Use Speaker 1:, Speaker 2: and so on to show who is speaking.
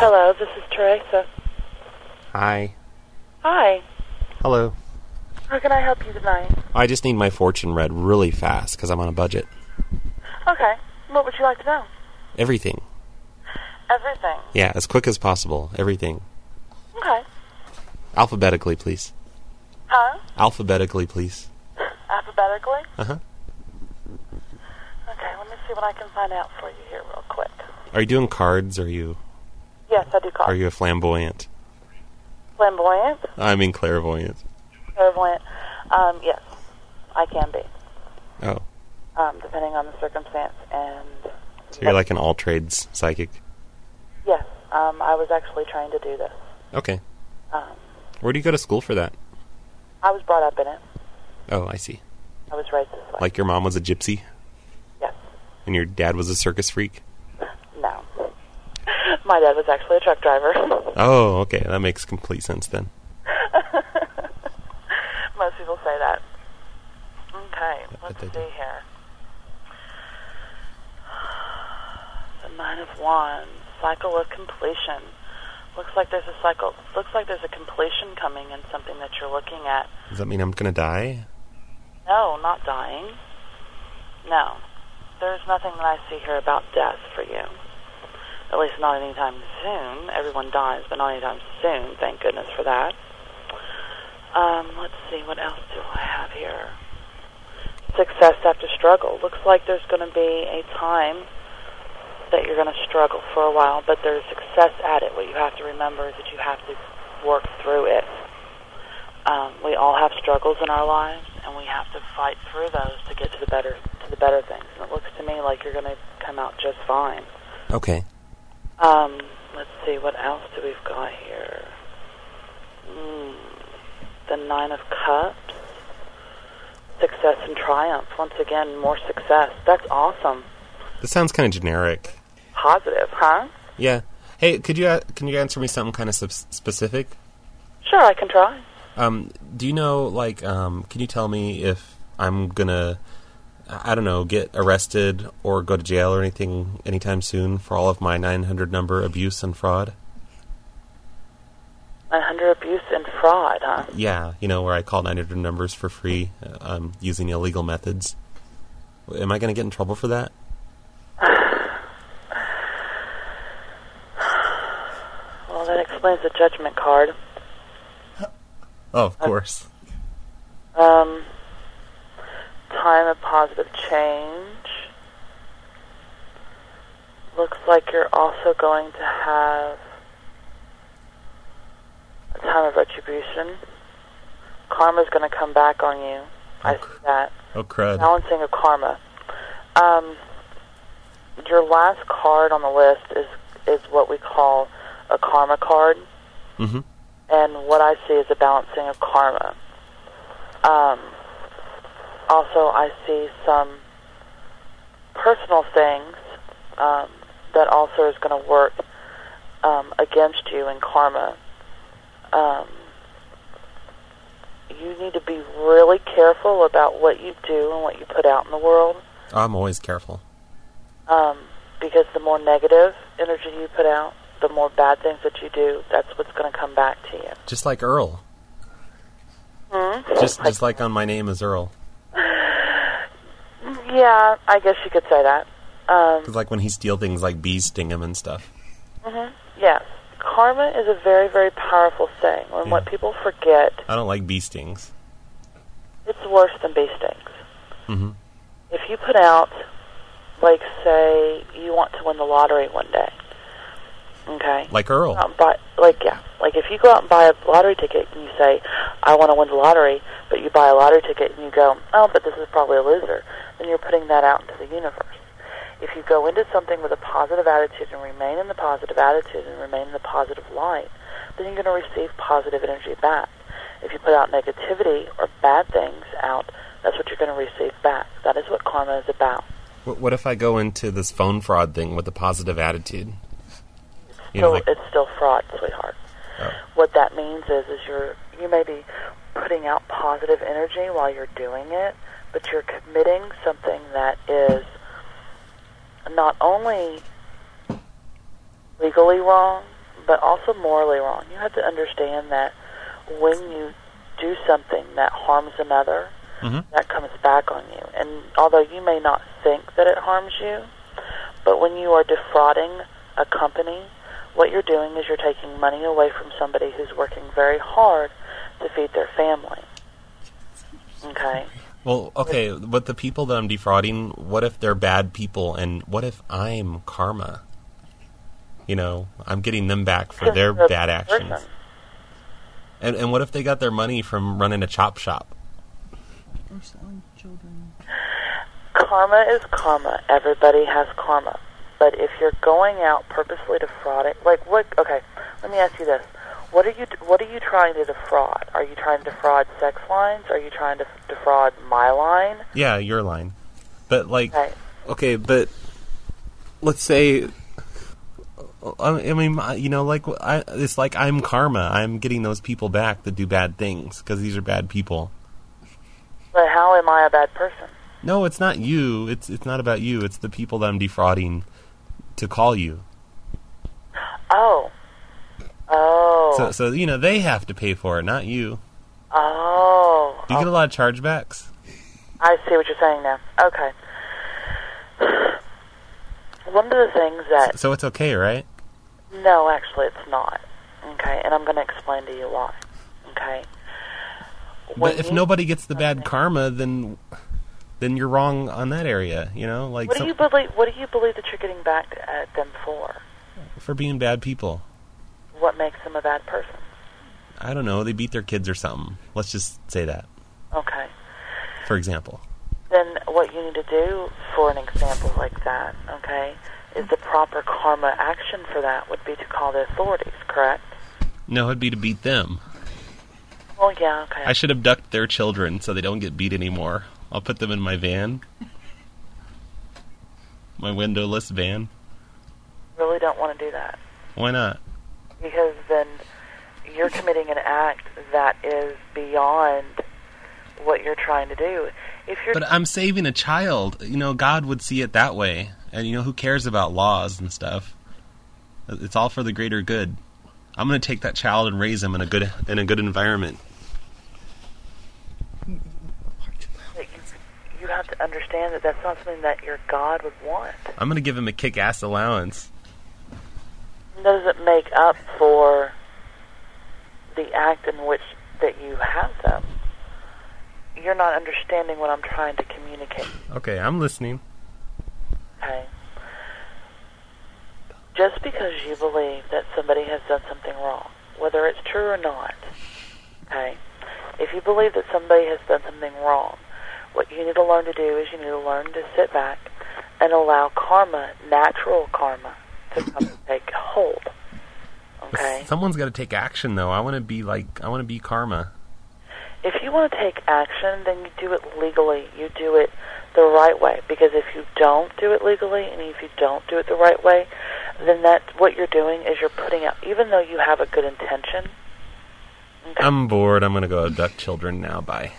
Speaker 1: Hello, this is Teresa.
Speaker 2: Hi.
Speaker 1: Hi.
Speaker 2: Hello.
Speaker 1: How can I help you tonight?
Speaker 2: I just need my fortune read really fast because I'm on a budget.
Speaker 1: Okay. What would you like to know?
Speaker 2: Everything.
Speaker 1: Everything.
Speaker 2: Yeah, as quick as possible. Everything.
Speaker 1: Okay.
Speaker 2: Alphabetically, please.
Speaker 1: Huh?
Speaker 2: Alphabetically, please.
Speaker 1: Alphabetically?
Speaker 2: Uh huh.
Speaker 1: Okay, let me see what I can find out for you here real quick.
Speaker 2: Are you doing cards? Are you
Speaker 1: Yes, I do call.
Speaker 2: are you a flamboyant?
Speaker 1: Flamboyant?
Speaker 2: I mean clairvoyant.
Speaker 1: Clairvoyant? Um, yes, I can be,
Speaker 2: Oh,
Speaker 1: um, depending on the circumstance. And
Speaker 2: so you're like an all trades psychic.
Speaker 1: yes, um, I was actually trying to do this.
Speaker 2: Okay.
Speaker 1: Um,
Speaker 2: Where do you go to school for that?
Speaker 1: I was brought up in it.
Speaker 2: Oh, I see.
Speaker 1: I was raised this way.
Speaker 2: Like your mom was a gypsy
Speaker 1: yes.
Speaker 2: and your dad was a circus freak.
Speaker 1: No. My dad was actually a truck driver.
Speaker 2: Oh, okay. That makes complete sense then.
Speaker 1: Most people say that. Okay, let's
Speaker 2: they
Speaker 1: see
Speaker 2: do.
Speaker 1: here. The nine of wands, cycle of completion. Looks like there's a cycle. Looks like there's a completion coming in something that you're looking at.
Speaker 2: Does that mean I'm gonna die?
Speaker 1: No, not dying. No, there's nothing that I see here about death for you. At least not anytime soon. Everyone dies, but not anytime soon. Thank goodness for that. Um, let's see, what else do I have here? Success after struggle. Looks like there's going to be a time that you're going to struggle for a while, but there's success at it. What you have to remember is that you have to work through it. Um, we all have struggles in our lives, and we have to fight through those to get to the better to the better things. And it looks to me like you're going to come out just fine.
Speaker 2: Okay.
Speaker 1: Um, let's see, what else do we've got here? Mm, the Nine of Cups. Success and triumph. Once again, more success. That's awesome.
Speaker 2: This sounds kind of generic.
Speaker 1: Positive, huh?
Speaker 2: Yeah. Hey, could you a- can you answer me something kind of sub- specific?
Speaker 1: Sure, I can try.
Speaker 2: Um, do you know like um, can you tell me if I'm gonna I I don't know get arrested or go to jail or anything anytime soon for all of my 900 number abuse and fraud?
Speaker 1: 900 abuse and fraud, huh?
Speaker 2: Yeah, you know where I call 900 numbers for free uh, um, using illegal methods. Am I gonna get in trouble for that?
Speaker 1: Well, that explains the judgment card.
Speaker 2: Oh, of course.
Speaker 1: Um, time of positive change. Looks like you're also going to have a time of retribution. Karma's going to come back on you. I see that.
Speaker 2: Oh crud.
Speaker 1: Balancing of karma. Um, your last card on the list is is what we call a karma card
Speaker 2: Mhm.
Speaker 1: and what I see is a balancing of karma. Um, also, I see some personal things um, that also is going to work um, against you in karma. Um, you need to be really careful about what you do and what you put out in the world
Speaker 2: I'm always careful.
Speaker 1: um, because the more negative energy you put out, the more bad things that you do, that's what's going to come back to you.
Speaker 2: Just like Earl.
Speaker 1: Hmm?
Speaker 2: Just just like on my name is Earl.
Speaker 1: Yeah, I guess you could say that. Um,
Speaker 2: Cause like when he steal things, like bees sting him and stuff.
Speaker 1: mhm, Yes. Karma is a very, very powerful thing. And what
Speaker 2: Yeah.
Speaker 1: people forget,
Speaker 2: I don't like bee stings.
Speaker 1: it's worse than bee stings.
Speaker 2: hmm
Speaker 1: If you put out, like, say, you want to win the lottery one day, okay?
Speaker 2: Like Earl.
Speaker 1: Go out and buy, like, yeah. Like, if you go out and buy a lottery ticket and you say, I want to win the lottery, but you buy a lottery ticket and you go, oh, but this is probably a loser, then you're putting that out into the universe. If you go into something with a positive attitude and remain in the positive attitude and remain in the positive light, then you're going to receive positive energy back. If you put out negativity or bad things out, that's what you're going to receive back. That is what karma is about.
Speaker 2: What, what if I go into this phone fraud thing with a positive attitude? You
Speaker 1: still,
Speaker 2: know, like,
Speaker 1: it's still fraud, sweetheart.
Speaker 2: Oh.
Speaker 1: What that means is, is you're you may be putting out positive energy while you're doing it, but you're committing something that is not only legally wrong, but also morally wrong. You have to understand that when you do something that harms another,
Speaker 2: Mhm.
Speaker 1: that comes back on you. And although you may not think that it harms you, but when you are defrauding a company, what you're doing is you're taking money away from somebody who's working very hard to feed their family. Okay?
Speaker 2: Well, okay, but the people that I'm defrauding, what if they're bad people and what if I'm karma? You know, I'm getting them back for their
Speaker 1: Since the
Speaker 2: bad actions.
Speaker 1: person-
Speaker 2: And and what if they got their money from running a chop shop?
Speaker 3: Or selling children.
Speaker 1: Karma is karma. Everybody has karma. But if you're going out purposely defrauding, like what? Okay, let me ask you this: What are you? What are you trying to defraud? Are you trying to defraud sex lines? Are you trying to defraud my line?
Speaker 2: Yeah, your line. But like
Speaker 1: Right.
Speaker 2: okay, but let's say I I mean, I- you know, like I, it's like I'm karma. I'm getting those people back that do bad things because these are bad people.
Speaker 1: But how am I a bad person?
Speaker 2: No, it's not you. It's it's not about you. It's the people that I'm defrauding to call you.
Speaker 1: Oh, oh,
Speaker 2: So so you know they have to pay for it, not you.
Speaker 1: oh.
Speaker 2: Do you get a lot of chargebacks?
Speaker 1: I see what you're saying now. Okay. One of the things that
Speaker 2: So it's okay, right?
Speaker 1: No, actually, it's not. Okay, and I'm going to explain to you why. Okay. When
Speaker 2: But if
Speaker 1: you-
Speaker 2: nobody gets the bad
Speaker 1: Okay.
Speaker 2: karma, then then you're wrong on that area. You know, like
Speaker 1: what do
Speaker 2: some-
Speaker 1: you believe? What do you believe that you're getting back at them for?
Speaker 2: for being bad people.
Speaker 1: What makes them a bad person?
Speaker 2: I don't know. They beat their kids or something. Let's just say that,
Speaker 1: Okay.
Speaker 2: for example.
Speaker 1: Then what you need to do for an example like that, okay, is the proper karma action for that would be to call the authorities, correct?
Speaker 2: No, it'd be to beat them.
Speaker 1: Well, yeah, okay.
Speaker 2: I should abduct their children so they don't get beat anymore. I'll put them in my van, my windowless van.
Speaker 1: really don't want to do that.
Speaker 2: Why not?
Speaker 1: because then you're committing an act that is beyond what you're trying to do. If you're
Speaker 2: But I'm saving a child. You know, God would see it that way. And, you know, who cares about laws and stuff? It's all for the greater good. I'm going to take that child and raise him in a good in a good environment.
Speaker 1: you, you have to understand that that's not something that your God would want.
Speaker 2: I'm going to give him a kick-ass allowance.
Speaker 1: It doesn't make up for the act in which that you have them. You're not understanding what I'm trying to communicate.
Speaker 2: Okay, I'm listening.
Speaker 1: Okay. Just because you believe that somebody has done something wrong, whether it's true or not, okay, if you believe that somebody has done something wrong, what you need to learn to do is you need to learn to sit back and allow karma, natural karma, to come and take hold. Okay?
Speaker 2: Someone's got to take action though. I want to be like I want to be karma.
Speaker 1: if you want to take action, then you do it legally. You do it the right way. Because if you don't do it legally, and if you don't do it the right way, then that what you're doing is you're putting out, even though you have a good intention. okay,
Speaker 2: I'm bored. I'm going to go abduct children now. Bye.